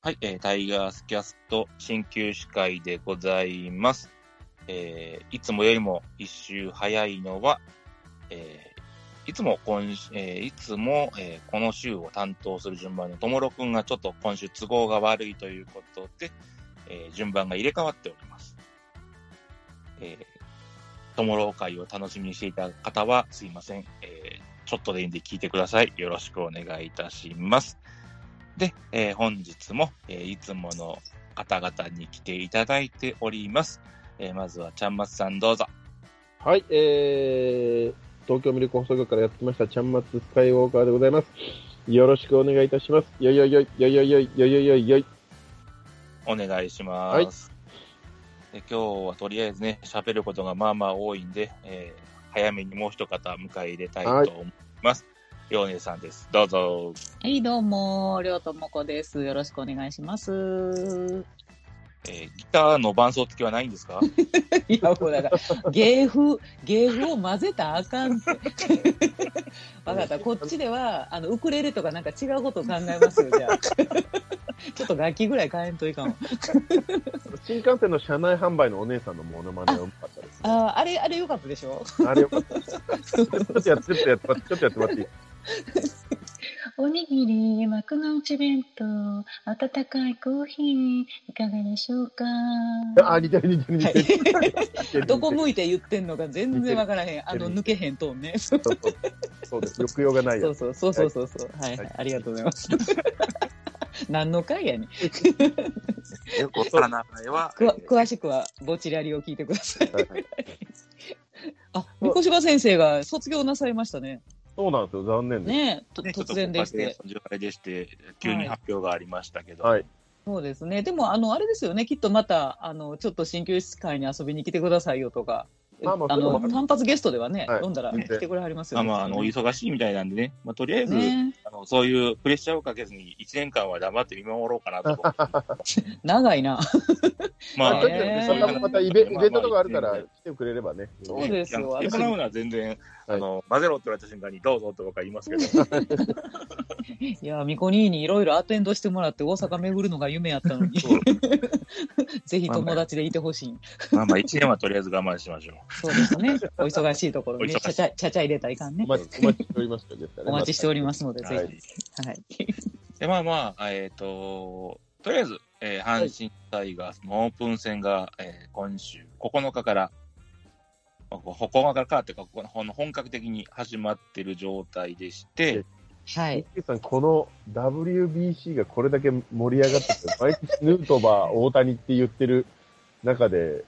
はい、えータイガースキャスト新旧司会でございます。えーいつもよりも一周早いのは、えーいつも今週、えーいつも、えーこの週を担当する順番のともろくんがちょっと今週都合が悪いということで、えー順番が入れ替わっております。えー、ともろ会を楽しみにしていた方はすいません。えーちょっとでいいんで聞いてください。よろしくお願いいたします。で、えー本日も、えーいつもの方々に来ていただいております。えーまずは、ちゃんまつさんどうぞ。はい、えー、東京ミルク放送局からやってきました、ちゃんまつスカイウォーカーでございます。よろしくお願いいたします。よいよいよい、よいよいよい、よいよいよいよい。お願いします。で今日はとりあえずね、喋ることがまあまあ多いんで、えー早めにもう一方迎え入れたいと思います。ヨネさんです。どうぞ。はい、どうも、りょうともこです。よろしくお願いします。 えーギターの伴奏付きはないんですかいや、もうだから、芸風、芸風を混ぜたらあかんって。 わかった。こっちでは、あの、ウクレレとかなんか違うことを考えますよ、じゃあ。 ちょっと楽器ぐらい変えんといかんわ。新幹線の車内販売のお姉さんのモノマネがうまかったです、ああ、あれ、あれ良かったでしょあれよかったです。ちょっとやって、ちょっとやって、ちょっとやってもらっていいおにぎり、幕の内弁当、温かいコーヒー、いかがでしょうか。あ、似てる似てる似てる似てる。どこ向いて言ってんのか全然わからへん。あの、抜けへんトーンね。そうそうそうそうです。抑揚がないそやうつ。そうそうそうそう。はい、はい、ありがとうございます。 何の回やねん。よくわからないは、くわ詳しくは、ぼちらりを聞いてく ださい。はいはいあ、三越柴先生が卒業なさいましたね。そうなんですよ、残念です。ねえ、とね突然でし。ちょってと。ご家庭の事情でして、急に発表がありましたけど、はい。そうですね。でも、あの、あれですよね。きっとまた、あの、ちょっと鍼灸室会に遊びに来てくださいよとか。まあまあそうのだね単発ゲストではね、はい読んだら全然来てくれはりますまよあね。まあ、あの、お忙しいみたいなんでね、まあ、とりあえず、ねあの、そういうプレッシャーをかけずに、1年間は黙って見守ろうかな と。長いな。ままああとにかくねそんなもんまたイベイベントとかあるから来てくれればね。そうですよいや来てもらうのは全然、あの、混ぜろって言われた瞬間に、どうぞとか言いますけど、 いや、ミコニーにいろいろアテンドしてもらって大阪巡るのが夢やったのに、 ぜひ友達でいてほしい。まあまあ、1年はとりあえず我慢しましょう。そうですね。お忙しいところに、お忙ちしいゃちゃ、ちゃちゃ入れたらいかんねお。待ちお待ちしておりますよ。お待ちしておりますので、はいぜひ。はい。で、まあまあ、えっ、と、とりあえず、えー阪神タイガースのオープン戦が、えー今週9日から、まあこう9日からっていうか、ここのほん本格的に始まってる状態でして、はい。ミッキーさん、この WBC がこれだけ盛り上がってて、毎日ヌートバー、大谷って言ってる中で、はい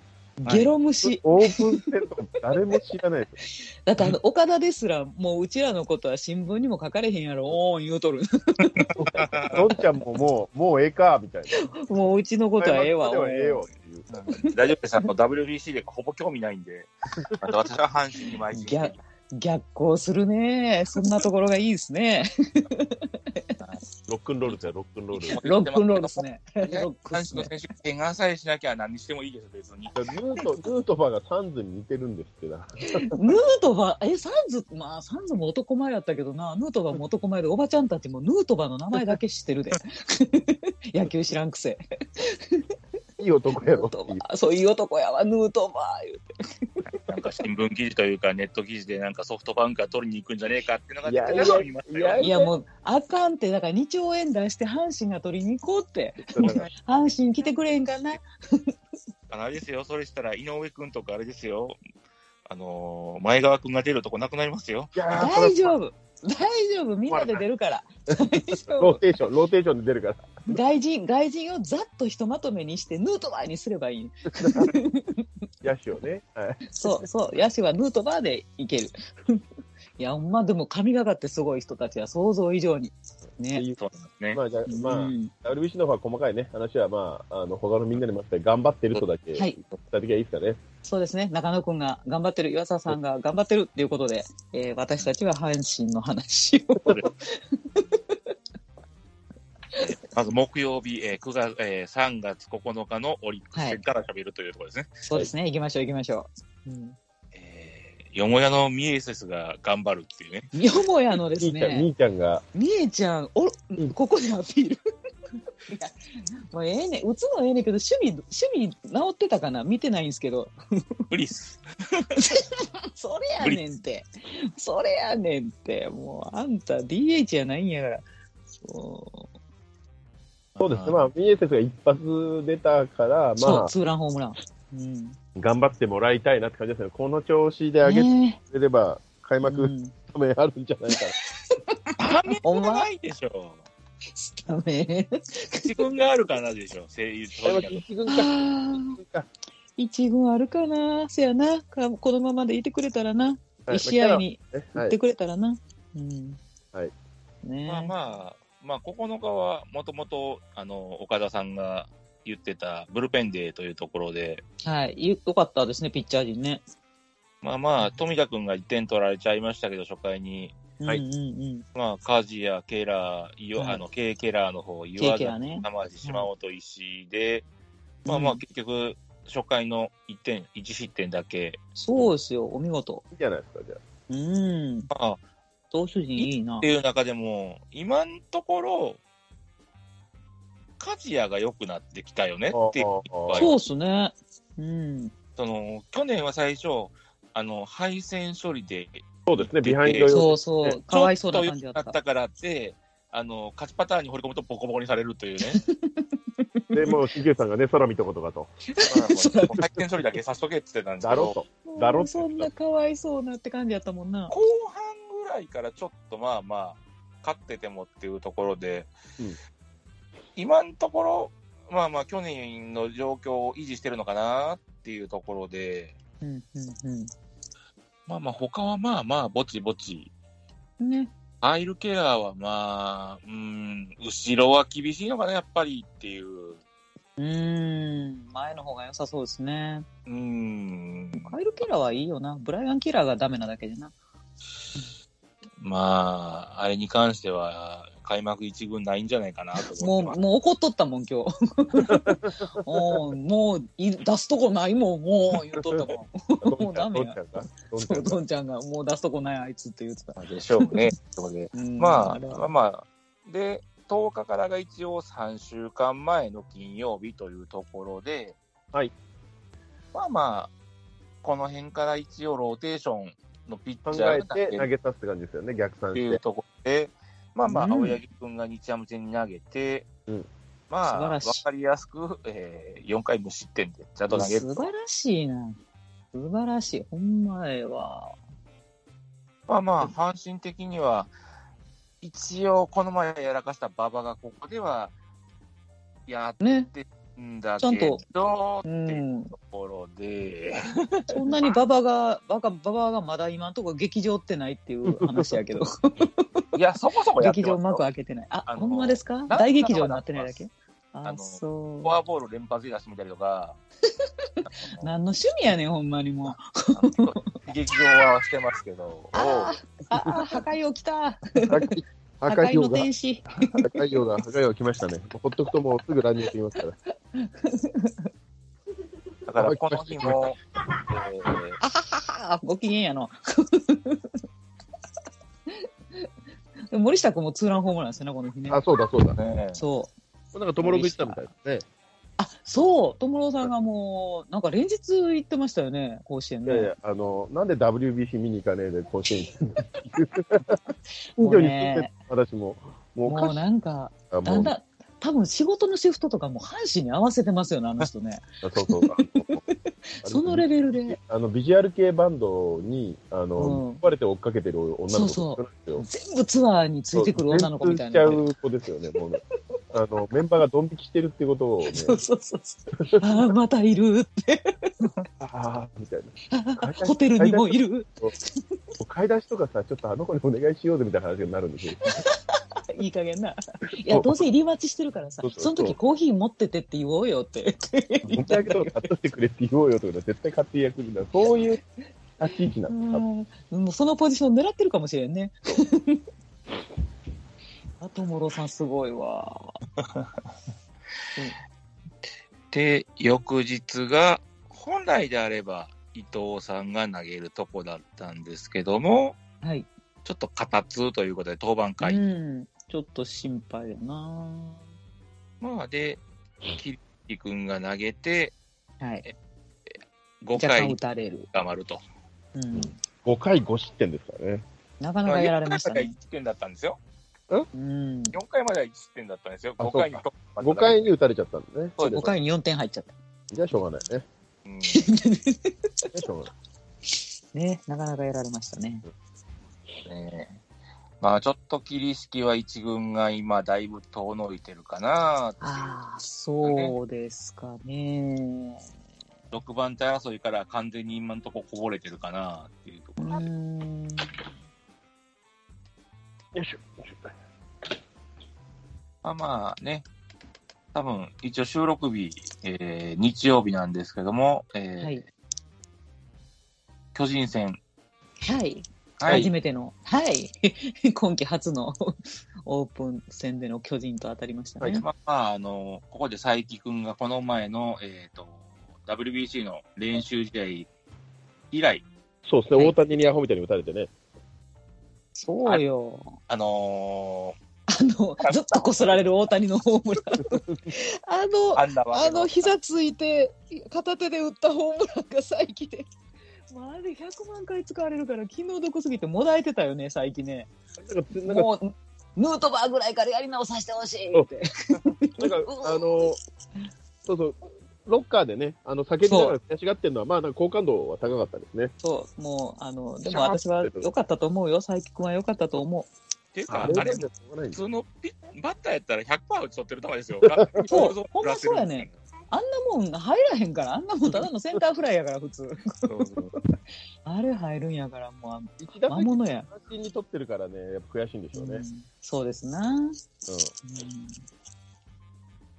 ゲロ虫。オープン戦とか誰も知らないですだってあの、岡田ですら、もううちらのことは新聞にも書かれへんやろ、おーん言うとる。よ。どんちゃんももう、もうええか、みたいな。 もううちのことはええわ、これはええおよーんっていう。大丈夫です。あの WBC でほぼ興味ないんで、あと私は阪神に毎日。ギャ逆行するね。そんなところがいいです ね。ロックンロールですよ、ロックンロール。ロックンロールですね。ロ阪ックっす神のね。選手、怪我さえしなきゃ何してもいいです、別に。ヌートヌートバーがサンズに似てるんですってな。ヌートバー、え、サンズ、まあ、サンズも男前やったけどな、ヌートバーも男前で、おばちゃんたちもヌートバーの名前だけ知ってるで。 野球知らんくせ。いい男やろヌーってトいう。バー、そういう男やわ、ヌートバー言うて。なんか新聞記事というか、ネット記事でなんかソフトバンクが取りに行くんじゃねえかっていうのがいや出てたのを見ましたよいやいや、もう、あかんって、だから2兆円出して阪神が取りに行こうって。だから阪神来てくれへんかなあのあれですよ、それしたら井上君とかあれですよ、あのー前川君が出るとこなくなりますよ。いやー、そ大れ丈夫大丈夫みんなで出るから大丈ロー夫テーション、ローテーションで出るから。外人外人をざっとひとまとめにしてヌートバーにすればいい 野手をね。はい。そうそう野手はヌートバーでいける いやほんまでも神がかってすごい人たちは想像以上にってねいうそうなんです ね。まあ、じゃあ、まあう、ん WBC の方は細かいね、話はまあ、あの、他のみんなでまして頑張ってるとだけ、はい伝えてきゃいいですかね。そうですね中野くんが頑張ってる岩沢さんが頑張ってるっていうことで、えー私たちは阪神の話をそうですまず木曜日、えー9月えー3月9日のオリックス戦から喋るというところですね。そうですね行きましょう行きましょう、うん、えーよもやのミエセスが頑張るっていうね。よもやのです兄ちゃん、ね兄ちゃんが、 みえちゃん、お、ここでアピール。いやもうええねん打つのはええねんけど、趣味、趣味治ってたかな見てないんですけど。 ブリス。それやねんって。それやねんって。もう、あんた DH やないんやから。そう。そうですね。まあ、BSS が一発出たから、そまあう、、ツーランホームラン。うん。頑張ってもらいたいなって感じですね。この調子で上げてねくれれば、開幕うスんタメンあるんじゃないか あ、雨もないでしょ。スタメン。自分があるからでしょ。声優とな。開幕一軍あか。ー一軍か一軍あるかな、せやな、かこのままでいてくれたらな、はい一試合にまあキャラ行はっねてくれたらな。うんはいねえまあまあ、まあ9日はもともと、あの、岡田さんが言ってたブルペンデーというところで、はい、よかったですね、ピッチャー陣ね。まあまあ、富田君が1点取られちゃいましたけど、初回に、はいうんうんうん、まあ、梶谷、ケラー、いわはいあの、ケイケラーの方、ケ岩ーキ崎は、ね。玉地、島本、石井で、まあまあ、うん結局、初回の1点、1失点だけ、そうですよ、お見事。いいじゃないですか、じゃあ。うん、まあ、投手陣いいなって。いう中でも、今のところ、梶谷が良くなってきたよねっていうああああそうっすね。うん、その去年は最初、あの配線処理で、そうですね、ビハインドえ用。そうそう、かわいそうな感じだちょっと良くなた。ったからって、あの勝ちパターンに掘り込むとボコボコにされるという ね、で、もう、しげさんがね、空見たことかと。まあもう配線処理だけさしとけって言ってたんですだけろど、と。だろってそんなかわいそうなって感じやったもんな。後半ぐらいからちょっとまあまあ、勝っててもっていうところで、うん今のところ、まあまあ、去年の状況を維持してるのかなっていうところで、うんうんまあまあ、他はまあまあ、ぼちぼち。うん。ね。アイルケアはまあ、うん、後ろは厳しいのかな、やっぱりっていう。うん、前の方が良さそうですね。うん、カイル・キラーはいいよな。ブライアン・キラーがダメなだけでな。まあ、あれに関しては、開幕一軍ないんじゃないかなと思もってまう、す。もう怒っとったもん、今日。 おうもうい、出すとこないもん、もう、言っとったも もうダメどんちやゃんが。どんん。ちそゃう、んがドンちゃんが、もう出すとこない、あいつって言ってた。でしょうね。 そこでうんまあ、れはまあまあ、で、10日からが一応3週間前の金曜日というところで、はい。まあまあ、この辺から一応ローテーションのピッ考チャーえが投げて投げさすって感じですよね、逆算ってしいうて。ところで、まあまあ、うん青柳君が日ハム戦に投げて、うんまあ、わ素晴らしいかりやすく、えー、4回無失点でちゃんと投げる素。晴らしいな。素晴らしい。ほんまええわ。まあまあ、阪神的には、一応、この前やらかした馬場がここでは、やね。んだちゃんけとど、っう。ていうん ところで、そんなに馬場が、馬場馬場がまだ今のところ劇場ってないっていう話やけど。いや、そこそこやって劇ます場うまよく開けてない。あ、あのほんまですかんとか大劇場になってないだけああ、のそうフォ。アボール連発で出してみたりとか、何の趣味やねん、ほんまにもあう。のちょっと劇場はしてますけど、ああ、あ破壊をきた。破破壊壊用のが、破天使。壊用が、破壊用来ましたね。ほっとくともうすぐ乱入してきますから。だからこの日も、えーあはははご機嫌やの。 でも森下君もツーランホームランですよね、この日ね。あ、そうだそうだ。なねそう。んか、ともろく行ったみたいですあ、そう。友郎さんがもう、なんか連日行ってましたよね、甲子園ね。いね。やいや、あの、なんで WBC 見に行かねえで、甲子園。近も所に住んでうね、私も、もうおかもうしいなんか、あだもんうだん、多分仕事のシフトとかも阪神に合わせてますよね、あの人ね。そうそう。あそのレベルで、あの、ビジュアル系バンドに、あの、うん呼ばれて追っかけてる女の子そとうそかいるんですよ。全部ツアーについてくる女の子みたいなそう。全通しちゃう子ですよね、もうね。あの、メンバーがドン引きしてるってことをね、そうそうそうそう。ああ、またいる。ああ、みたいな。あホテルにもいる。買い出しとかさ、ちょっとあの子にお願いしようぜみたいな話になるんです よ。 いい加減な。いや、どうせ入り待ちしてるからさそう、そうその時コーヒー持ってってって言おうよって。飲んであげたら買っといてくれって言おうよとか絶対買って役になる。そういう立ち位置なうんですん もうそのポジション狙ってるかもしれんね。 あともろさんすごいわ。で、翌日が、本来であれば伊藤さんが投げるとこだったんですけども、はい。ちょっと肩痛ということで登板う回。ん。ちょっと心配やな。まあで、キリキ君が投げて、はい。 5若干回打たれる。捕まると。うん。 5回5失点ですからね。なかなかやられました4回ねまで。は1点だったんですよ。う4ん。回までは1点だったんですよ。あ5回にそと5回に打たれちゃったんでね。そうです5回に4点入っちゃった。 じゃあしょうがないね。うんじゃあしょうがない。ね、なかなかやられましたね。ねえまあちょっと桐敷は一軍が今だいぶ遠のいてるかなっていうああ、そうですかね。 6番手争いから完全に今のとここぼれてるかなっていうとこうろ、ん。よいしょ。よいしょまあまあね多分一応収録日、えー日曜日なんですけども、えーはい。巨人戦はい。は初いめての、はい。 今季初のオープン戦での巨人と当たりましたね。まあまああのここで佐伯君がこの前の、えー、と WBC の練習試合以来そうですね、はい大谷にアホみたいに打たれてね。そうよ。あのあの、ずっとこすられる大谷のホームラン。あのー、アンダーあの膝ついて片手で打ったホームランが最近で。まあ、あれ100万回使われるから気の毒すぎてもだえてたよね、最近ね。なんか、なんか、もうヌートバーぐらいからやり直させてほしいって。なんかあの、そうそう、ロッカーでね、あの叫びながら悔しがってるのは、まあ、なんか好感度は高かったですね。そう、もう、あの、でも私は良かったと思うよ、佐伯君は良かったと思っていうか、あれあはれ、じゃしょうがない普んです通のピバッターやったら100%打ち取ってる球です よ。ガッそガうッツリほんまそうやねん。う。あんなもん入らへんから、あんなもんただのセンターフライやから、普通。そうそうあれ入るんやから、もうあの、一打魔席物や。三振に取ってるからね、やっぱ悔しいんでしょうね。うんそうですな。うん。うん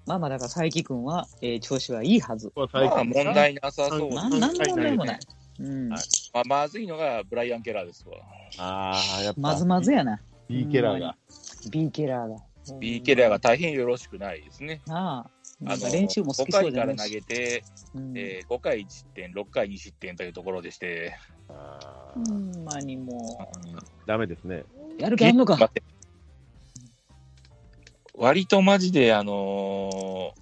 まあまあだから佐伯君は、えー調子はいいはず。まあ、まあ最近、問題なさそう。なまんなんの問題もない。うんはいあ、まずいのがブライアン・ケラーですわ。ああ、やっぱ、まずまずやな。 B ケラーが。 B ケラーが。 B ・ケラーが大変よろしくないですね。なあ、なあんのか練習も好5きそ回うじかゃならい投し。げて、うんえー5回1点、6回2失点というところでして、あほーんまにもダメですね。う、やる気あんのか。割とマジで、あのー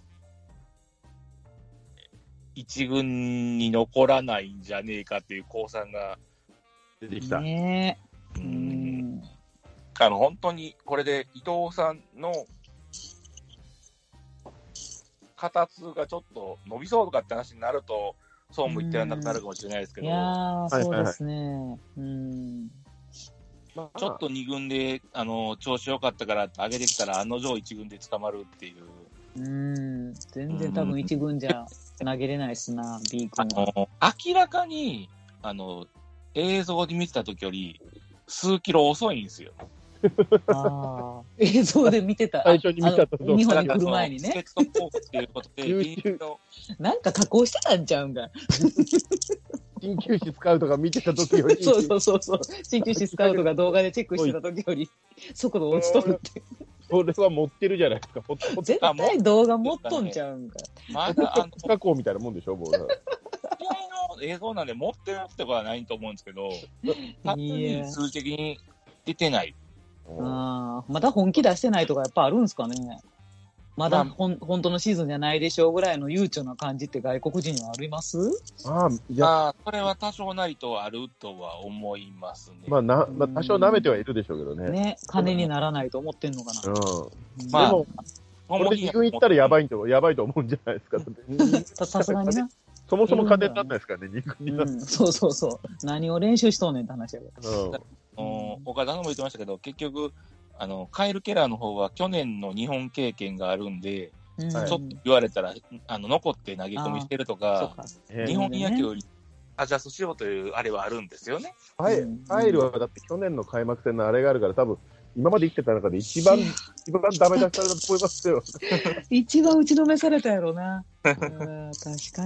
一軍に残らないんじゃねえかっていう降参が、出てきた。ねうえ。うんん。あの、本当に、これで伊藤さんの、肩痛がちょっと伸びそうとかって話になると、そうも言ってらんなくなるかもしれないですけいど、やちー、はいはいそはういですね。うん。まあょっと2軍で、あの、調子良かったから上げてきたら、案の定1軍で捕まるっていう、うん。全然多分一軍じゃ投げれないしな、B あ君は。の、明らかに、あの、映像で見てた時より、数キロ遅いんですよ。ああ。映像で見てた。 最初に見たとこあの日本に来る前にスケね。ット効果っていうこと で、 YouTube 微妙なんか加工してたんちゃうんか。緊急時使うとか見てた時より、そうそうそうそう。鍼灸師スカウトが動画でチェックしてた時より、速度落ちとるって。それは持ってるじゃないですか。ほっと絶対動画持っとんちゃうんか。まだ、あの、加工みたいなもんでしょ、もう。試合の映像なんで持ってるってことはないと思うんですけど、単純いやに数的に出てない。あーまだ本気出してないとかやっぱあるんすかね。まだほん、本当のシーズンじゃないでしょうぐらいの悠長な感じって外国人にはありますああ、いや、まあ、それは多少なりとあるとは思いますね。まあ、な、まあ、多少舐めてはいるでしょうけどね。ね。金にならないと思ってんのかなうん。。まあでも、これで2軍行ったらやばいんと、やばいと思うんじゃないですか。だってささすが にな。そもそも金にならないですからね、2軍にうなる。ん。そうそうそう。何を練習しとんねんって話やけど。うん。あの岡田さんも言ってましたけど、結局、あのカエル・ケラーの方は去年の日本経験があるんで、うんはいちょっと言われたらあの残って投げ込みしてるとそかう、か。え日え本野球にアジャストしようというあれはあるんですよね。カエうんカエルはだって去年の開幕戦のあれがあるから、多分今まで生きてた中で一 番、一番ダメ出しされたと思いますよ。一番打ちのめされたやろな。うん確か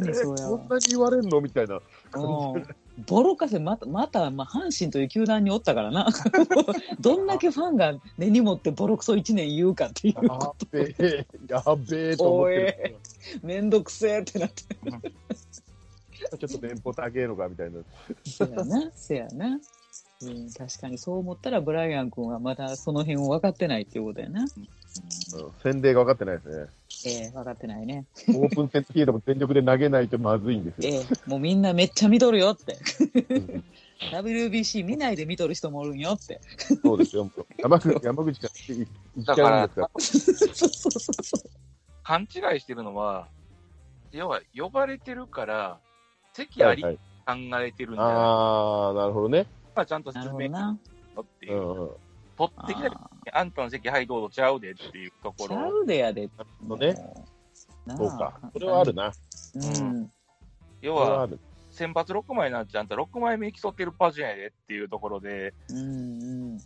にそうやこわん。なに言われんのみたいな。うんボロカセまた、また、まあ、阪神という球団におったからな。 どんだけファンが根に持ってボロクソ1年言うかっ ていう。やべえ、やべえと思ってる。めんどくせえってなって。ちょっと電報高えのかみたいな。せやな、せやな。うん、確かにそう思ったらブライアン君はまだその辺を分かってないっていうことやな。うん洗礼が分かってないですね。ええ分かってないね。オープン戦フィールドも全力で投げないとまずいんです よ。ええもうみんなめっちゃ見とるよって。うん、 WBC 見ないで見とる人もおるんよって。そうですよ。山口、山口が行っちゃうんですから。そうそうそうそう。勘違いしてるのは、要は呼ばれてるから、席あはいりは考い、えてるんじゃないあー、なるほどね。まあちゃんとなる説ほ明どな。ってういう、んうん。取あってきたり、ーあんたの席、はい、どうぞ、ちゃうでっていうとこちゃろ、うでやで。ほどねもう。なあそうか。それはある。な。うん。要それはあはる。先発6枚なんて、あんた6枚目競ってるパージュやでっていうところで、うん。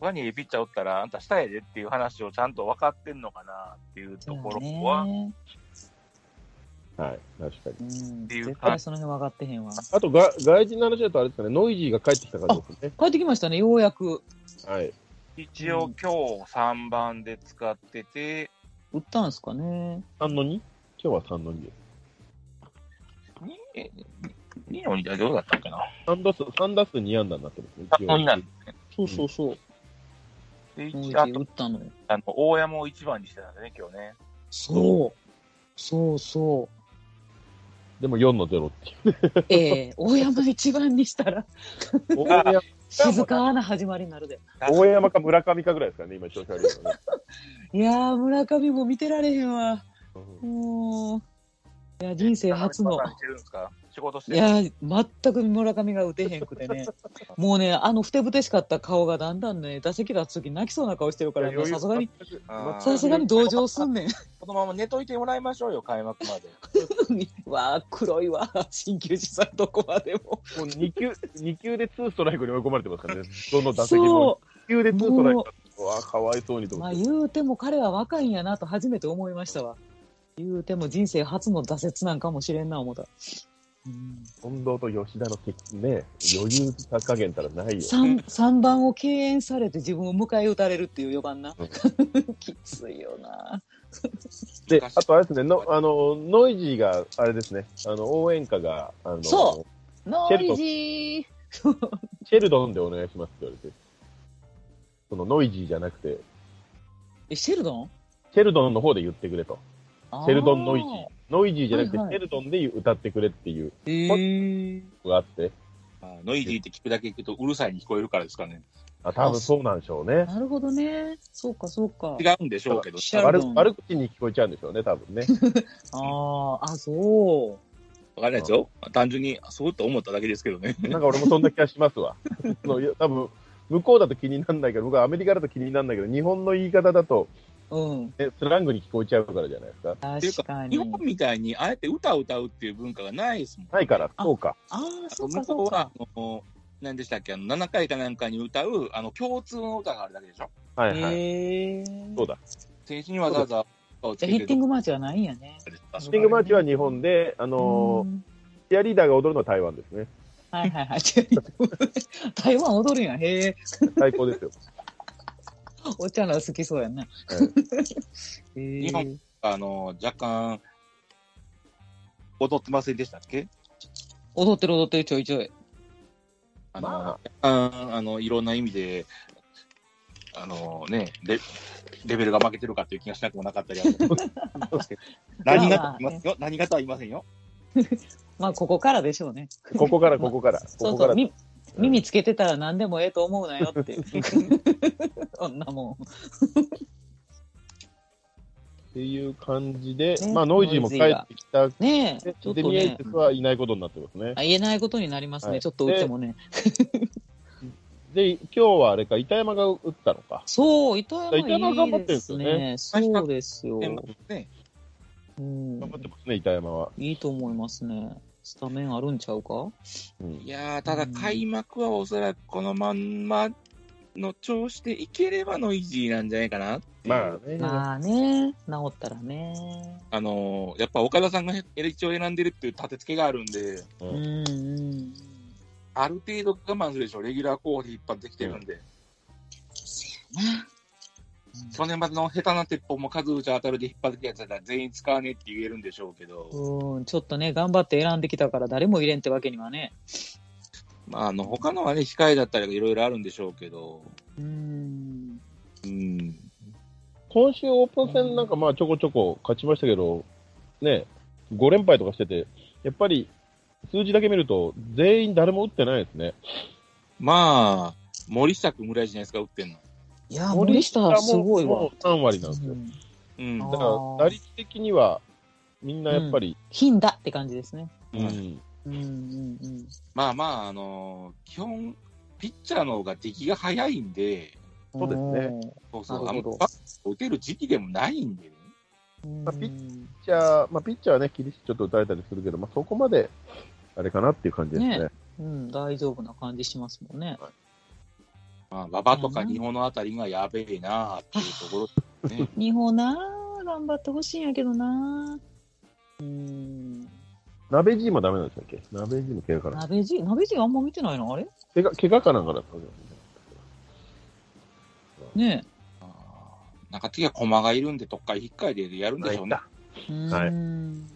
他にピッチャー打ったら、あんた下やでっていう話をちゃんと分かってんのかなっていうところは、ね。はい。確かに。うん。ていう絶対その辺分かってへんわ。あとが、外人の話だとあれですかね、ノイジーが帰ってきた感じですね。帰ってきましたね、ようやく。はい。一応今日3番で使ってて、売ったんですかね。 3の 2? 今日は3の2です。にえ2の2はどうだったんかな3打数、3打数2安打になってますね。三の二なんでそうそうそう。で、ノイジ一応あー売とったのよ。あの大山を1番にしてたんだね、今日ね。そう。そうそ。でも4の0っていうええ大山一番にしたら、う。大山静かな始まりになるで。大山か村上かぐらいですかね、今調子悪いのね。いやー、村上も見てられへんわ。うんもう。いや、人生初の村。上してるんですか仕事しているやー、全く村上が打てへんく てね。もうね、あのふてぶてしかった顔がだんだんね、打席立つ時泣きそうな顔してるから、もうさすがに、あーさすがに同情すんねん。このまま寝といてもらいましょうよ、開幕 まで。わあ、黒いわ。鍼灸師さんどこまでも。もう2球、二球で2ストライクに追い込まれてますからね。どの打席も。そ2球で2ストライク。うわかわいそうにとう。ま思っあて。言うても彼は若いんやなと初めて思いましたわ。言うても人生初の挫折なんかもしれんな思った。うん近藤と吉田の結ね、余裕さ加減たらないよ。三三番を敬遠されて自分を迎え撃たれるっていう4番なうん。 きついよな。で、あとあれですね、のあのノイジーが、あれですね、あの応援歌が、あのそノケルトイジー。チェルドンでお願いしますって言われて、そのノイジーじゃなくて、え、シェルドンチェルドンの方で言ってくれと。あーチェルドンノイジー。ノイジーじゃなくて、チはいはいェルドンで歌ってくれっていうへえ。のがあって、あノイジーって聞くだけ聞くとうるさいに聞こえるからですかね。あ、多分そうなんでしょうね。なるほどね。そうか、そうか。違うんでしょうけど、シェル悪ドン悪口に聞こえちゃうんでしょうね、多分ね。ああ、あ、そう。わかんないですよ。単純にそうと思っただけですけどね。なんか俺もそんな気がしますわ。 そういや多分向こうだと気にならないけど、僕はアメリカだと気にならないけど、日本の言い方だと、うん。ね、スラングに聞こえちゃうからじゃないですか。確か日に。本みたいにあえて歌を歌うっていう文化がないですもん。ないから、あそうか。ああ、あとそうか、向そこううはか。、あの何でしたっけ、あの7回かなんかに歌うあの共通の歌があるだけでしょ。はいはい。へえ。そうだ。選手にわざわざ歌をつじけゃあてるヒッティングマーチはないんやね。スティングマーチは日本で、あうのー、んチアリーダーが踊るのは台湾ですね。はいはいはい。 台湾踊るんや。へえ。最高 ですよ。おっちゃんら好きそうやな。はいへえ日本あの若干踊ってませんでしたっけ踊ってる踊ってるちょいちょい。あの、ま若干あのいろんな意味で、あのね、レレベルが負けてるかという気がしなくもなかった りは何がとは言いますよ、何がとは言いませんよ。まあ、ここからでしょうね。ここから、ここから、こそこうかそらう。。み耳つけてたら何でもええと思うなよ っていう。 そんなもん。っていう感じで、ねまあ、ノイジーも帰ってきた。ねえで、ちょっデとミエイねテ。スはいないことになってますね。あ言えないことになりますね。はいちょっと打ってもね。で、今日はあれか、板山が打ったのか。そう、糸山い糸山頑張っいてるんでですすよね。ねそうですよ。ね、うん頑張ってますね、板山は。いいと思いますね。スタメンあるんちゃうかうんいやー、ただ開幕はおそらくこのまんまの調子でいければノイジーなんじゃないかなっていうまあね。まあね、治ったらね。あのーやっぱ岡田さんが一応選んでるっていう立て付けがあるんで、うんうん。ある程度我慢するでしょ、レギュラー候補で引っ張ってきてるんで、去年までの下手な鉄砲も数打ち当たるで引っ張ってきたやつだったら全員使わねえって言えるんでしょうけど、うん、ちょっとね、頑張って選んできたから誰も入れんってわけにはね。まあ、あの他のはね、控えだったりいろいろあるんでしょうけど、うん。うん、今週オープン戦なんかまあちょこちょこ勝ちましたけど、ね、5連敗とかしてて、やっぱり数字だけ見ると、全員誰も打ってないですね。まあ、森下君ぐらいじゃないですか、打ってんの。いや、森下、すごいわ。もう3割なんですうよ。んうん。あだから、打率的には、みんなやっぱり、貧だって感じですね。うんうんうんうん。まあまあ、あのー基本、ピッチャーの方が出来が早いんで、そうですねそうそう、なあんるまほどバット打てる時期でもないんでね。うん。まあピピッチャー、まあ、ピッチャーはね、キリシちょっと打たれたりするけど、まあ、そこまで、あれかなっていう感じですね。ねうん、大丈夫な感じしますもんね。まあ、馬場とか日本のあたりがやべえなあっていうところ ですね。日本なあ頑張ってほしいんやけどなあうん。鍋爺もダメなんでしたっけ鍋爺も怪我かな。鍋じ、鍋じあんま見てないのあれ怪我、怪我かなんかだったんだよねねあーなんか次は駒がいるんで、どっか引っかいでやるんでしょうね。え。はいうーん。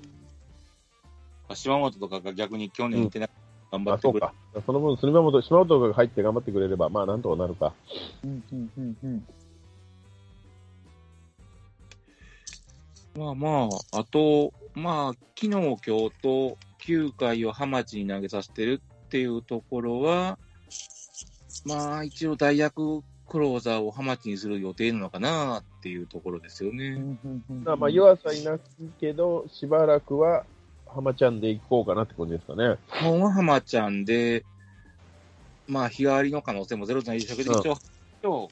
島本とかが逆に去年いてなくて頑張あ、ってそくれうか。その分、島本、島本が入って頑張ってくれれば、まあ、なんとかなるか。うんうんうんうん。まあまあ、あと、まあ、昨日、今日と9回をハマチに投げさせてるっていうところは、まあ一応代役クローザーをハマチにする予定なのかなっていうところですようね。んうんうんうんまあまあ、弱さいなくけど、しばらくは、浜ちゃんで行こうかなって感じですかね。本はハマちゃんで、まあ日替わりの可能性もゼロじゃないでしょうけど、うん一応、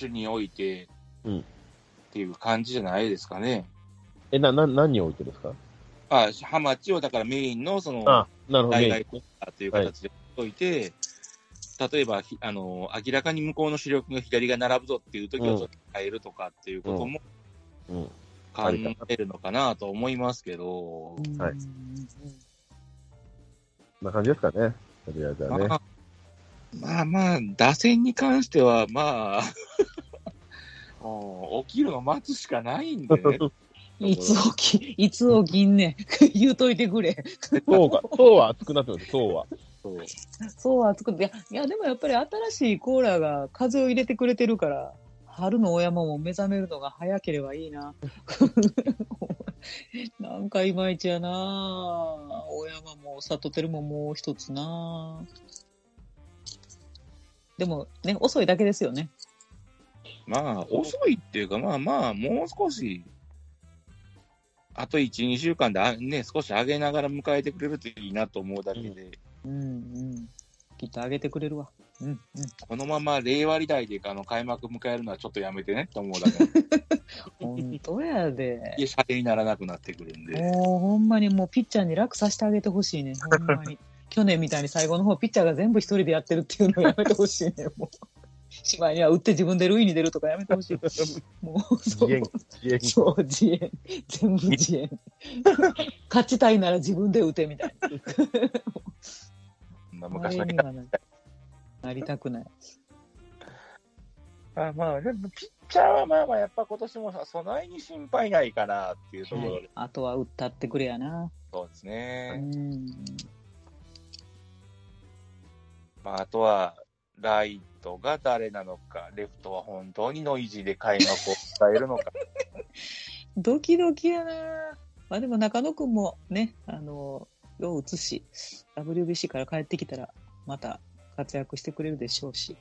今日、において、うんっていう感じじゃないですかね。え、な、な、何においてですかあ、ハマチをだからメインのその、あ、なるほど海ね外。国家という形で置いて、例えばひあの明らかに向こうの主力が左が並ぶぞっていう時うをんちょっと変えるとかっていうこともうん。考えるのかなと思いますけど、はいうんこんな感じですかね。とりあえずはね。まあ、まあまあ、打線に関しては、まあ、 もう起きるの待つしかないんでね。うんいつ起き、いつ起きんねん。 言うといてくれ。そうか。そうは熱くなってます、そうは。そうそう暑くて。いや、いやでもやっぱり新しいコーラが風を入れてくれてるから、春のお山も目覚めるのが早ければいいな。 なんかいまいちやなお山も里照ももう一つなでもね、遅いだけですよね。 まあ、遅いっていうか、まあまあ、もう少し、あと1、2週間であ、ね、少し上げながら迎えてくれるといいなと思うだけで、うんうん。きっとあげてくれるわ。うんうん。このまま令和時代であの開幕迎えるのはちょっとやめてねと思うだけ で、本当やで。いや射程にならなくなってくるんで、もうほんまにもうピッチャーに楽させてあげてほしいね。ほん まに。去年みたいに最後の方ピッチャーが全部一人でやってるっていうのをやめてほしいね。もう。しまいには打って自分で塁に出るとかやめてほしい。もう、自そう演。、自演。そう、自演。全部自演。勝ちたいなら自分で打てみたいな。まああ昔れだけにだはななりたくない。あまあ、でもピッチャーはまあまあ、やっぱ今年もさ、備えに心配ないかなっていうところで、はいあとは打ったってくれやな。そうですうね、ん。まあ、あとはライトが誰なのか、レフトは本当にノイジーで開幕を迎えるのか。ドキドキやな。まあでも中野くんもね、あの、よう打つし、WBC から帰ってきたら、また活躍してくれるでしょうし。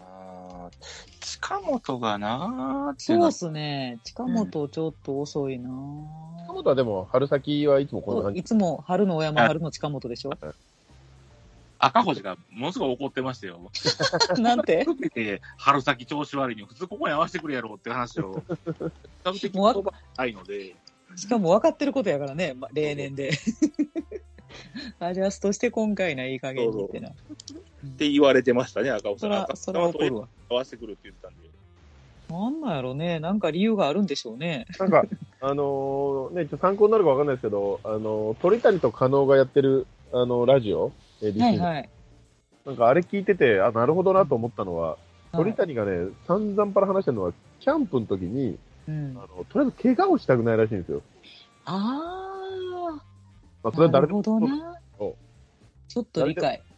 あー近本がなーってそうなっすね。近本ちょっと遅いな。塚本はでも、春先はいつもこんなそう感じ。いつも春の大山、春の近本でしょ 赤星がものすごい怒ってましたよ。なんて含めて春先調子悪いのに普通ここに合わせてくれやろって話を、比較的もう言葉ないので、しかも分かってることやからね、ま例年で。アジャストして今回ないい加減にってな。って言われてましたね、赤尾さそん。ら、赤そ星らが怒るわ。合わせてくるって言ってたんで。なんなんやろね。なんか理由があるんでしょうね。なんか、あのーね、ちょっと参考になるかわかんないですけど、あのー鳥谷と加納がやってる、あのラジオ、ABC のはいはい。なんかあれ聞いてて、あ、なるほどなと思ったのは、鳥谷がね、散々から話したのは、キャンプの時に、うんあの、とりあえず怪我をしたくないらしいんですよ。あまあ、それあ、はな誰るでもほどなそう。ちょっと理解。うん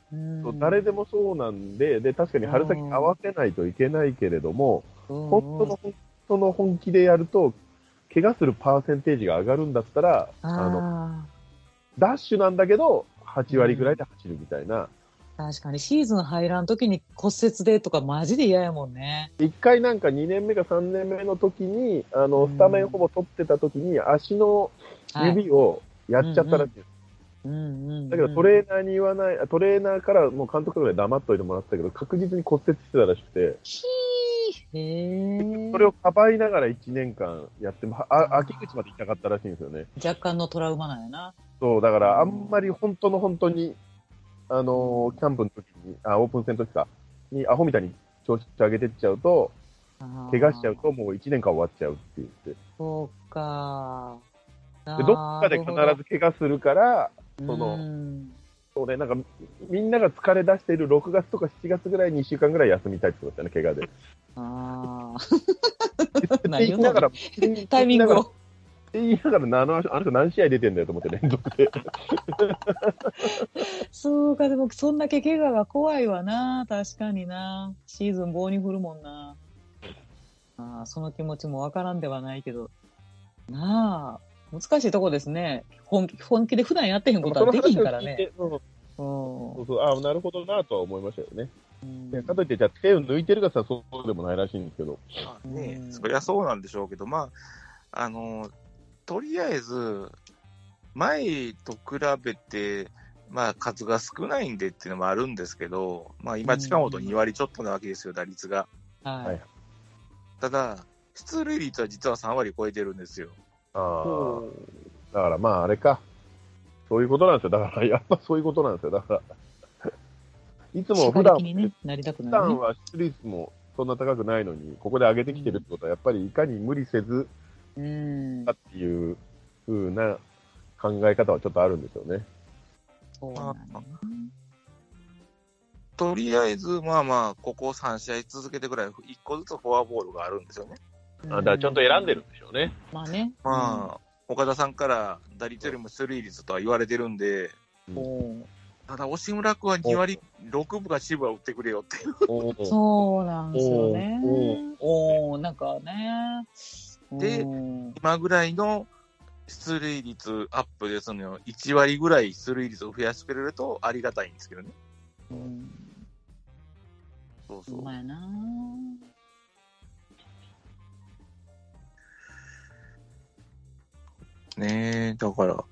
そう誰でもそうなんで、で、確かに春先合わせないといけないけれども、うん本当の、本当の本気でやると、怪我するパーセンテージが上がるんだったら、あの、あダッシュなんだけど、8割ぐらいで走るみたいな。あ、確かにシーズン入らん時に骨折でとかマジで嫌やもんね。一回なんか2年目か3年目の時に、あうの、んスタメンほぼ取ってた時に、足のはい。指をやっちゃったらしい。うんうんうんだけどトレーナーに言わない、あトレーナーからもう監督から黙っといてもらってたけど、確実に骨折してたらしくて、へえそれをかばいながら1年間やっても、あ秋口まで痛かったらしいんですよね。若干のトラウマなんやな。そう、だからあんまり本当の本当に、あのーキャンプの時に、あ、オープン戦の時か、にアホみたいに調子上げてっちゃうと、あー怪我しちゃうともう1年間終わっちゃうって言って。で、そうか。でどっかで必ず怪我するから、ずそのの、そうね、なんかみんなが疲れ出している6月とか7月ぐらいに1週間ぐらい休みたいってことだったね、怪我で。あ って 何言言ういながら、の あ。タイミングを。って言いながら、 あのあの人何試合出てんだよと思 って連続で。そうか、でもそんだけ怪我が怖いわな。確かにな。シーズン棒に振るもんな。あーその気持ちもわからんではないけど。なあ。難しいとこですね。本気本気で普段やってへんことはできひんからね。 その話を聞いて。うんそ。うそう、ああ、なるほどなとは思いましたよね。うんでかといって、じゃあ手を抜いてるかさ、そうでもないらしいんですけど。まあねう、んそりゃそうなんでしょうけど、まあ、あの、とりあえず、前と比べて、まあ、数が少ないんでっていうのもあるんですけど、まあ、今、近本2割ちょっとなわけですよ、打率が。ははいい。ただ、出塁率は実は3割超えてるんですよ。ああ、だからまあ、あれか。そういうことなんですよ。だから、やっぱそういうことなんですよ。だから、 いつも社普会段、的にね普、なりたくなる段ね。は出塁率もそんな高くないのに、ここで上げてきてるってことは、やっぱりいかに無理せずうんだ。っていう風な考え方はちょっとあるんでしょうね。そうなんだねとりあえず、まあまあ、ここ3試合続けてぐらい、1個ずつフォアボールがあるんですよね。あだからちゃんと選んでるんでしょうね。まあね。まあ、岡田さんから打率よりも出塁率とは言われてるんで、うんこただ、押村君は2割6分が支部は打ってくれよっていう。うそうなんですよねおー。おおーなんかね。でうん今ぐらいの出塁率アップで、その1割ぐらい出塁率を増やしてくれるとありがたいんですけどね。うんそうほそんうま。やな。ねえ、だから、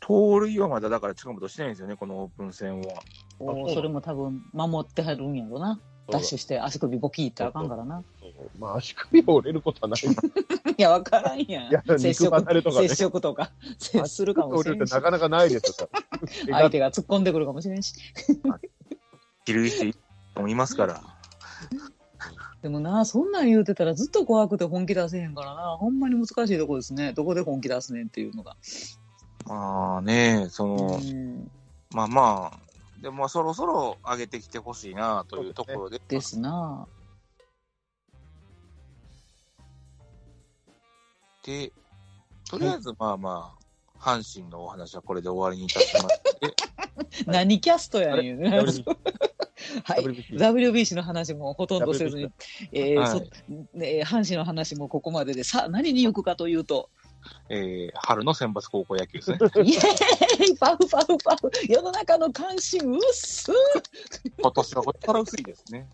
盗塁はまだだから近本してないんですよね、このオープン戦は。おそうーそれも多分守ってはるんやろな。ダッシュして足首ボキってあかんからな。まあ足首折れることはない。いや、わからんやんいや。 接肉離れ触とかね接触とか。接するかもし折れれるんってしな。かなか ないですよ。相手が突っ込んでくるかもしれんし。比類していいと思いますから。でもな、そんなん言うてたらずっと怖くて本気出せへんからな。ほんまに難しいとこですね。どこで本気出すねんっていうのが。まあね、その、うんまあまあ、でもまあそろそろ上げてきてほしいなというところで、ですな。で、とりあえずまあまあ、阪神のお話はこれで終わりにいたしまして、何キャストやねん。あれはい。 WBC。 WBC の話もほとんどせずに WBC、えーはいそね、阪神の話もここまでで、さあ、何に行くかというと、えー、春の選抜高校野球ですね。イエーイ、パフパフパフ、世の中の関心、うっす今年はこれから薄いですね。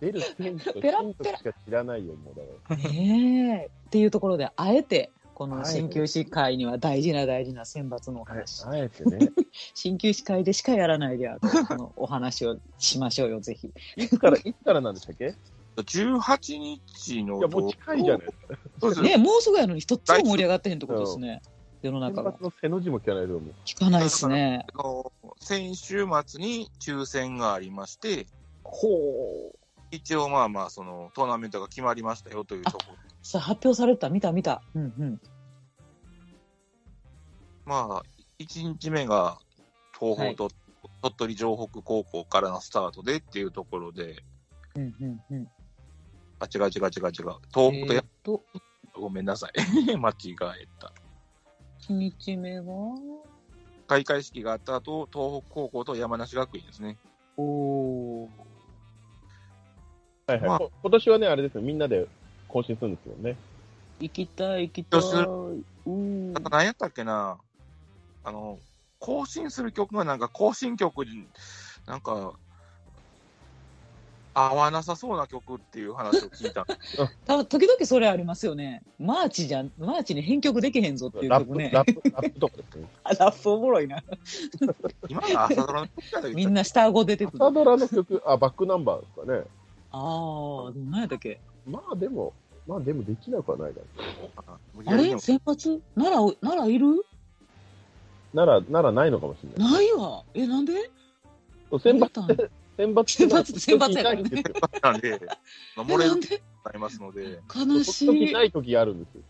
出る選手とペラ選ッ手ペラしか知らないよ、もうだから。ねえっていうところで、あえて、このはい鍼灸師会には大事な大事な選抜のお話、あえてね。鍼灸師会でしかやらないであろう、 このお話をしましょうよ、ぜひ。いつから、いつからなんでしたっけい18日のや、もう近いじゃないですか。そうですねねえもうすぐやのに、一つも盛り上がってへんってことですね、世の選中が。抜の背の字も聞かないけども。聞かないですね。あの先週末に抽選がありまして、ほう。一応まあまあ、そのトーナメントが決まりましたよというところ。さあ、発表された、見た、見た。うんうん。まあ、1日目が東邦と、鳥取城北高校からのスタートでっていうところで、うんうんうん。あ、違う違う違う違う。東北とえやー、と、ごめんなさい。 間違えた。 1日目は、開会式があった後、東北高校と山梨学院ですね。おーはいはいまあこ今年はね、あれですよ、みんなで更新するんですよね。行きたい、行きたい。どうするうんなんか何やったっけな、あの、更新する曲がなんか更新曲に、なんか、合わなさそうな曲っていう話を聞いた。た時々それありますよね。マーチじゃん、マーチに編曲できへんぞっていうラッ曲プ、ね。ラップ、ラップとかです ね。あラップおもろいな。今の朝ドラの曲やったけどみんな下顎出てくる。朝あドラの曲、あ、バックナンバーですかね。あー、でも何やったっけ。まあでも、まあでもできなくはないだろあれ先発奈良、奈良いるう。なら、ならないのかもしれない。ないわ。え、なんでそう選抜、抜いたん選抜選抜って選抜やからね時々ないんですよなんで、え、守れなるんとでなりますので、悲時し々いな。い時があるんですよ。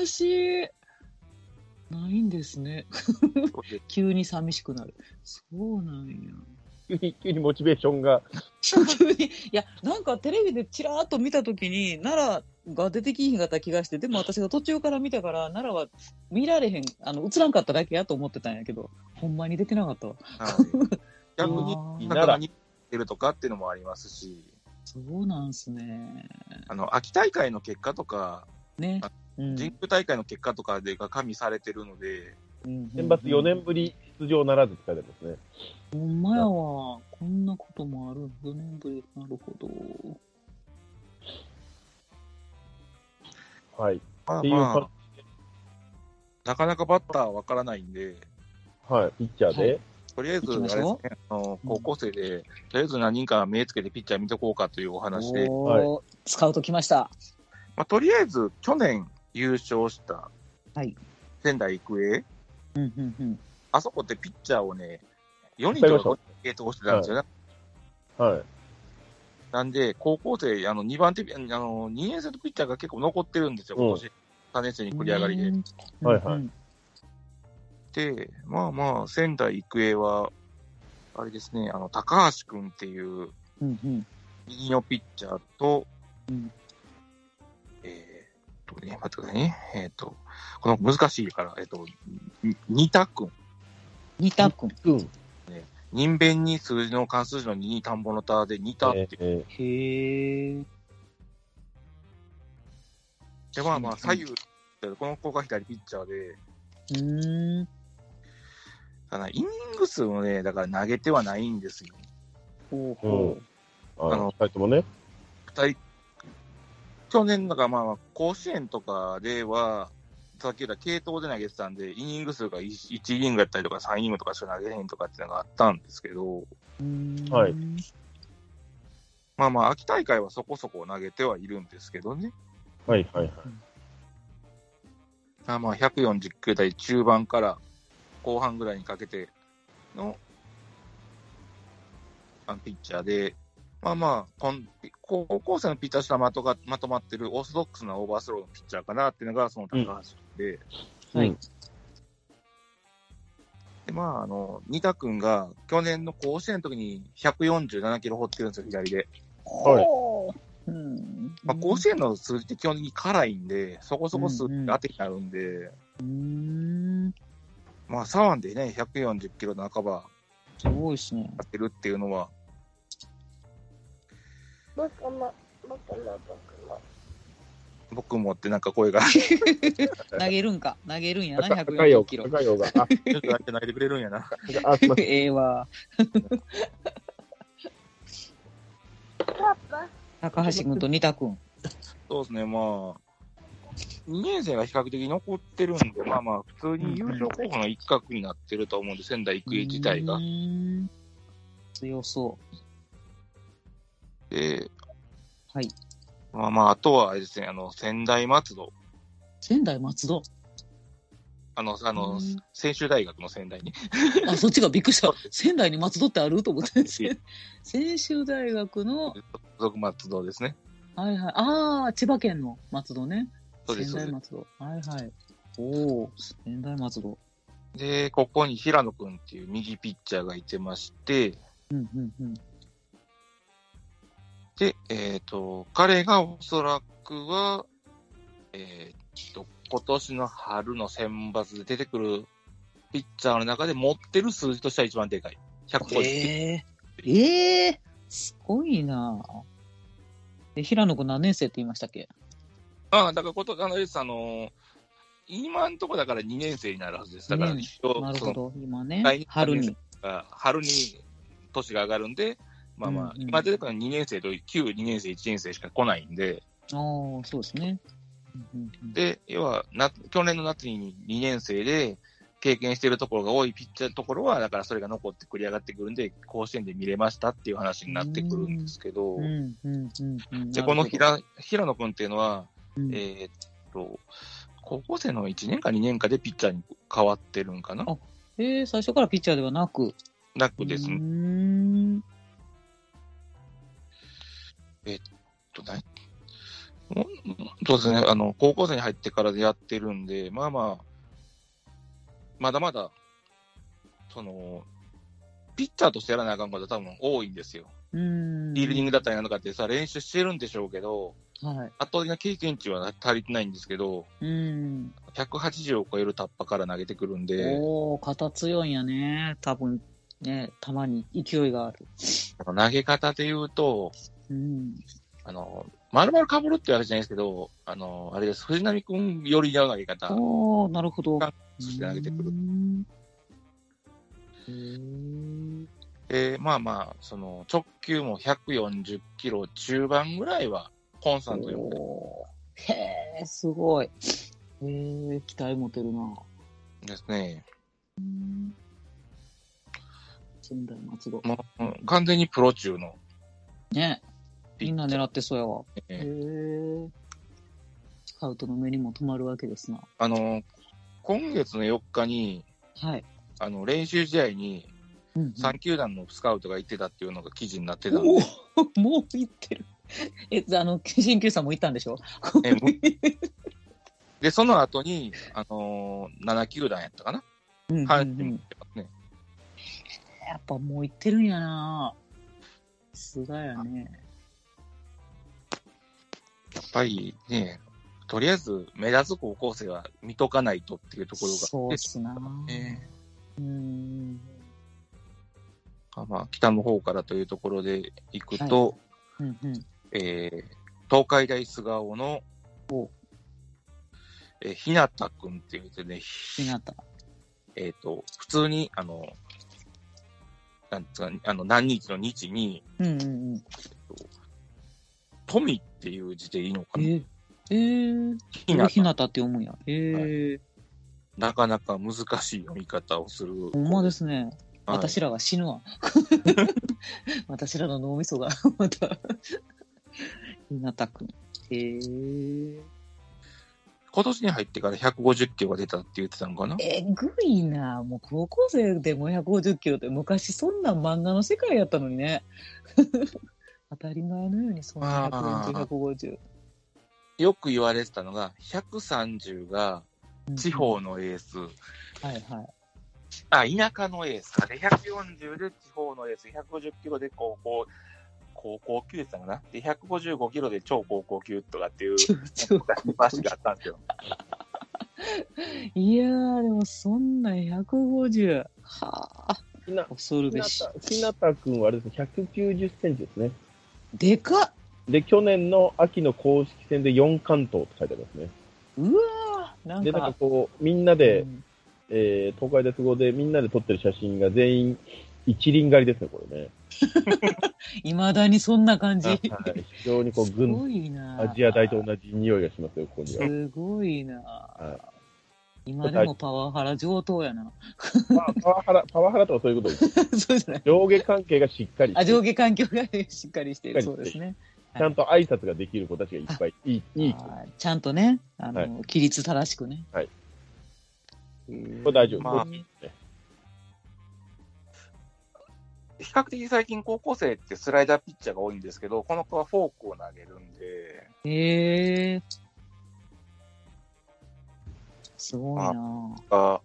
悲しい。ないんですね。急に寂しくなる。そうなんや。急に、急にモチベーションが。 急に、いや、なんかテレビでちらーっと見たときに、奈良が出てきひんかった気がして、でも私が途中から見たから、奈良は見られへん、あの、映らんかっただけやと思ってたんやけど、ほんまに出てなかったわ。はい逆あに、ーなんか何ってるとかっていうのもありますし、そうなんすね。あの、秋大会の結果とか、ねあ。うん神宮大会の結果とかでが加味されてるので、うん選抜4年ぶり出場ならずって書いてありますね。ほんまやわ。こんなこともある。4年ぶり。なるほど。はい。まっあていうまかあ、なかなかバッターわからないんで、はい、ピッチャーで。とりあえず、あ行れできますしょね、あの高校生で、とりあえず何人か目つけてピッチャー見とこうかというお話で、おーはスカウト来ました。まあ、とりあえず、去年優勝したはい仙台育英、うんうんうん。あそこってピッチャーをね、4人とか5人継投してたんですよね。はい。なんで、高校生、あの、2番手、あの、2年生のピッチャーが結構残ってるんですよ、うん今年。3年生に繰り上がりで。うん。はいはいうんで、まあまあ、仙台育英は、あれですね、あの、高橋くんっていううんうん。右のピッチャーと、うんえーっとね、待ってくださいね。えーっと、この難しいから、えーっと、に仁田くん。二タックン。うん。人弁に数字の関数字の2に田んぼの田で仁田っていうえーへえ。で、まあまあ、左右、この子が左ピッチャーで、うーん。だからイニング数もね、だから投げてはないんですよ。ほううんほああのの、二人ともね。二人、去年だからまあまあ、甲子園とかでは、さっき言った系統で投げてたんで、イニング数が 1, イニングやったりとか3イニングとかしか投げへんとかっていうのがあったんですけど、う。うーんはい。まあまあ、秋大会はそこそこ投げてはいるんですけどね。はいはいはい。まあまあ、140球台中盤から後半ぐらいにかけての、あのピッチャーで、まあまあ、こん高校生のピッチャーとしてはまとがまとまってるオーソドックスなオーバースローのピッチャーかなっていうのが、その高橋で、はういん。で、まあ、あの、仁田君が去年の甲子園の時に147キロ放ってるんですよ、左で。ほう。うん。まあ、甲子園の数字って基本的に辛いんで、そこそこ数字当てになるんで、園。まあ、左腕でね、140キロ半ばすごいですね。当てるっていうのは、僕も僕も僕も僕もってなんか声が、投げるんか。投げるんやな、高高いよ140キロ。高いよが。あ、ちょっとだけ投げてくれるんやな。あ、すいません。 ええわ。パパ高橋君と二田君。そうですね、まあ、2年生が比較的残ってるんで、まあまあ、普通に優勝候補の一角になってると思うんで、仙台育英自体うが。ーん。強そで、う。はい。まあまあ、あとはあれですね、あの、仙台松戸。仙台松戸。あの、あうのん、専修大学の仙台に。 あ、そっちがびっくりした。仙台に松戸ってあると思って。所 専修大学の、属松戸ですね。はいはい。ああ、千葉県の松戸ね。そうです仙台そう松戸。はいはい。おお、仙台松戸。です。で、ここに平野くんっていう右ピッチャーがいてまして、うんうんうん。で、えっ、と、彼がおそらくは、えっ、と、今年の春の選抜で出てくるピッチャーの中で持ってる数字としては一番でかい。150、ええええすごいなで平野君何年生って言いましたっけああ、だからこと、あの、ですあの、今んとこだから2年生になるはずです。だから、ねえ一応なるそほのど、今ね来年、春に。あ春に年が上がるんで、まあまあ、うんうん今出てくるのは2年生と旧2年生、1年生しか来ないんで、ああ、そうですね。うんうんうんで、要はな、去年の夏に2年生で、経験しているところが多いピッチャーのところは、だからそれが残って繰り上がってくるんで、甲子園で見れましたっていう話になってくるんですけど、うんうんうんうんで、このなる平平野君っていうのは、ほどうんえーっと、高校生の1年か2年かでピッチャーに変わってるんかなあえー最初からピッチャーではなく。なくですうーね。んえっとねうんそうですね、あの、高校生に入ってからでやってるんで、まあまあ、まだまだ、その、ピッチャーとしてやらなあかんこと多分多いんですよ。うーんフィールディングだったりなんとかってさ、練習してるんでしょうけど、はい。圧倒的な経験値は足りてないんですけど、うん。 180を超えるタッパから投げてくるんで、おお肩強いんやね。多分ね、たまに勢いがある。投げ方で言うと、うん。あの、丸々かぶるってわけじゃないですけど、あの、あれです、藤波くんよりの投げ方。おおなるほど。そして投げてくるうーんで、まあまあ、その、直球も140キロ中盤ぐらいは、コンスタントにおおへえ、すごい。えー、期待持てるな。ですね。仙台松戸。もう、うん完全にプロ中のね。ピみんなッチャー。狙ってそうやわ。えええ。スカウトの目にも止まるわけですな。あの、今月の4日に、はい。あの、練習試合にうんうん3球団のスカウトが行ってたっていうのが記事になってたんでお、お、もう行ってる。え、あの、鍼灸師さんも行ったんでしょえむで、その後に、あのー、7球団やったかなうんうんうん阪神も行ってますね。やっぱもう行ってるんやなさすがやね。やっぱりね、とりあえず目立つ高校生は見とかないとっていうところが。そうっすなねうん。まあ、北の方からというところで行くと、うんうん。えー東海大菅生の、えー、ひなたくんって言ってね、ひなた。えっ、と、普通に、あの、なんつうか、あの、何日の日に、うんうんうん。富っていう字でいいのかな。ええー、ひひななたたって読むんや。ええー、なかなか難しい読み方をする。ほんまですね。はい私らが 死ぬわ。私らの脳みそが、また。ひなたくん。えー、今年に入ってから150キロが出たって言ってたのかなえぐいな。もう高校生でも150キロって昔そんな漫画の世界やったのにね。 当たり前のようにそんなあ140、ー150。よく言われてたのが、130が地方のエース、はいはい。あ、田舎のエースかね。140で地方のエース、150キロで高校、高校級でしたかな。で、155キロで超高校級とかっていう、ちょちょ昔があったんですよ。いやー、でもそんな150。はあ、ひな、恐るひべな、。したひなたくんはあれですね、190センチですね。でかっで、去年の秋の公式戦で4関東って書いてありますね。うわー、なんで、なんかか。こう、みんなで、うんえー東海大都合でみんなで撮ってる写真が全員一輪狩りですね、こ れね。いまだにそんな感じ。はい、非常にこう、すご軍、いな。アジア大と同じ匂いがしますよ、ここには。すごいはな。今でもパワハラ上等やな。 まあ、パワハラ、パワハラとかそういうことです。そうじゃない。上下関係がしっかりして あ、上下環境がしっかりしていしっかりしているる。そうですね。ちゃんと挨拶ができる子たちがいっぱい、いい、いい子。あーちゃんとね、あはの、規律正しくね。はいうん。これ大丈夫まあ 比較的最近高校生ってスライダーピッチャーが多いんですけど、この子はフォークを投げるんで、へえ。すごいな。あ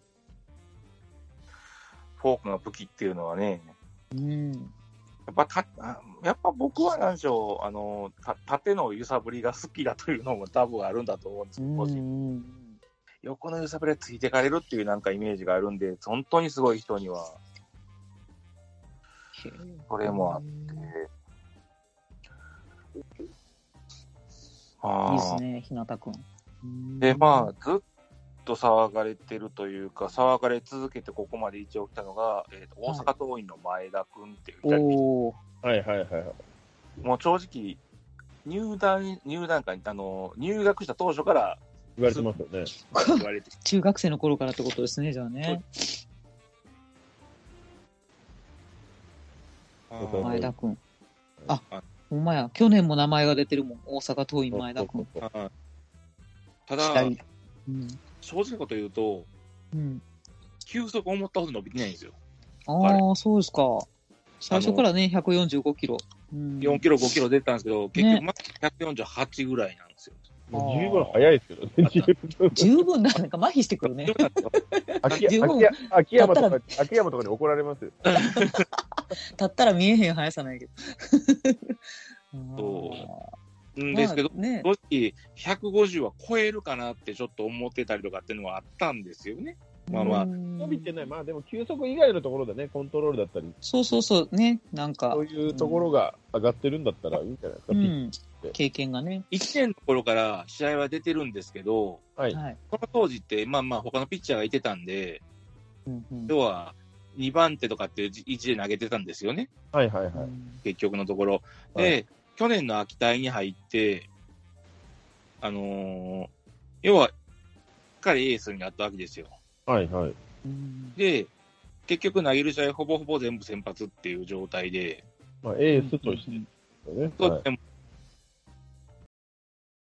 フォークが武器っていうのはね、うん。やっぱた、あやっぱ僕はなんでしょう、あの、た縦の揺さぶりが好きだというのも多分あるんだと思うんですうよ、ん個う人んうん。横の揺さぶりがついてかれるっていうなんかイメージがあるんで、本当にすごい人には、へーこれもあっいいであすーね、日向くん。で、まあ、ずっと騒がれてるというか、騒がれ続けてここまで一応来たのが、えーと大阪桐蔭の前田君っていうキおャッチャーおー、はいはいはいはい。もう正直、入団、入団かに、あの、入学した当初から言われてますよね。言われて、中学生の頃からってことですね、じゃあね。そう前田くん。ああ、ほんまや。去年も名前が出てるもん。大阪桐蔭前田くん。そうそうはいただ、左。うん。正直なこと言うと、うん。球速思ったほど伸びてないんですよ。ああ、そうですか。最初からね、145キロ。うん4キロ、5キロ出てたんですけど、結ね局、まあ148ぐらいなんですよ。もう十分早いですけどね。十分十分な、なんか麻痺してくるね。秋十分秋秋山とかに、秋山とかに怒られますよ。立ったら見えへん速さないけど。そあうんーですけど、 まあね。正直、150は超えるかなってちょっと思ってたりとかっていうのはあったんですよね。まあまあ伸伸びてない、まあでも球速以外のところでね、コントロールだったり、そうそうそう、ね。なんかそう、いうところが上がってるんだったらいいんじゃないですか。うピッん。経験がね。 1年の頃から試合は出てるんですけど、はい。はい。この当時って、まあまあ他のピッチャーがいてたんで、うんうん要は2番手とかっていう位置で投げてたんですよね、はいはいはい。結局のところ。で、はい去年の秋田に入って、あのー要は、しっかりエースになったわけですよ。はいはい。うんで、結局投げる試合ほぼほぼ全部先発っていう状態で、まあ、エースとしてですよね。そはういでも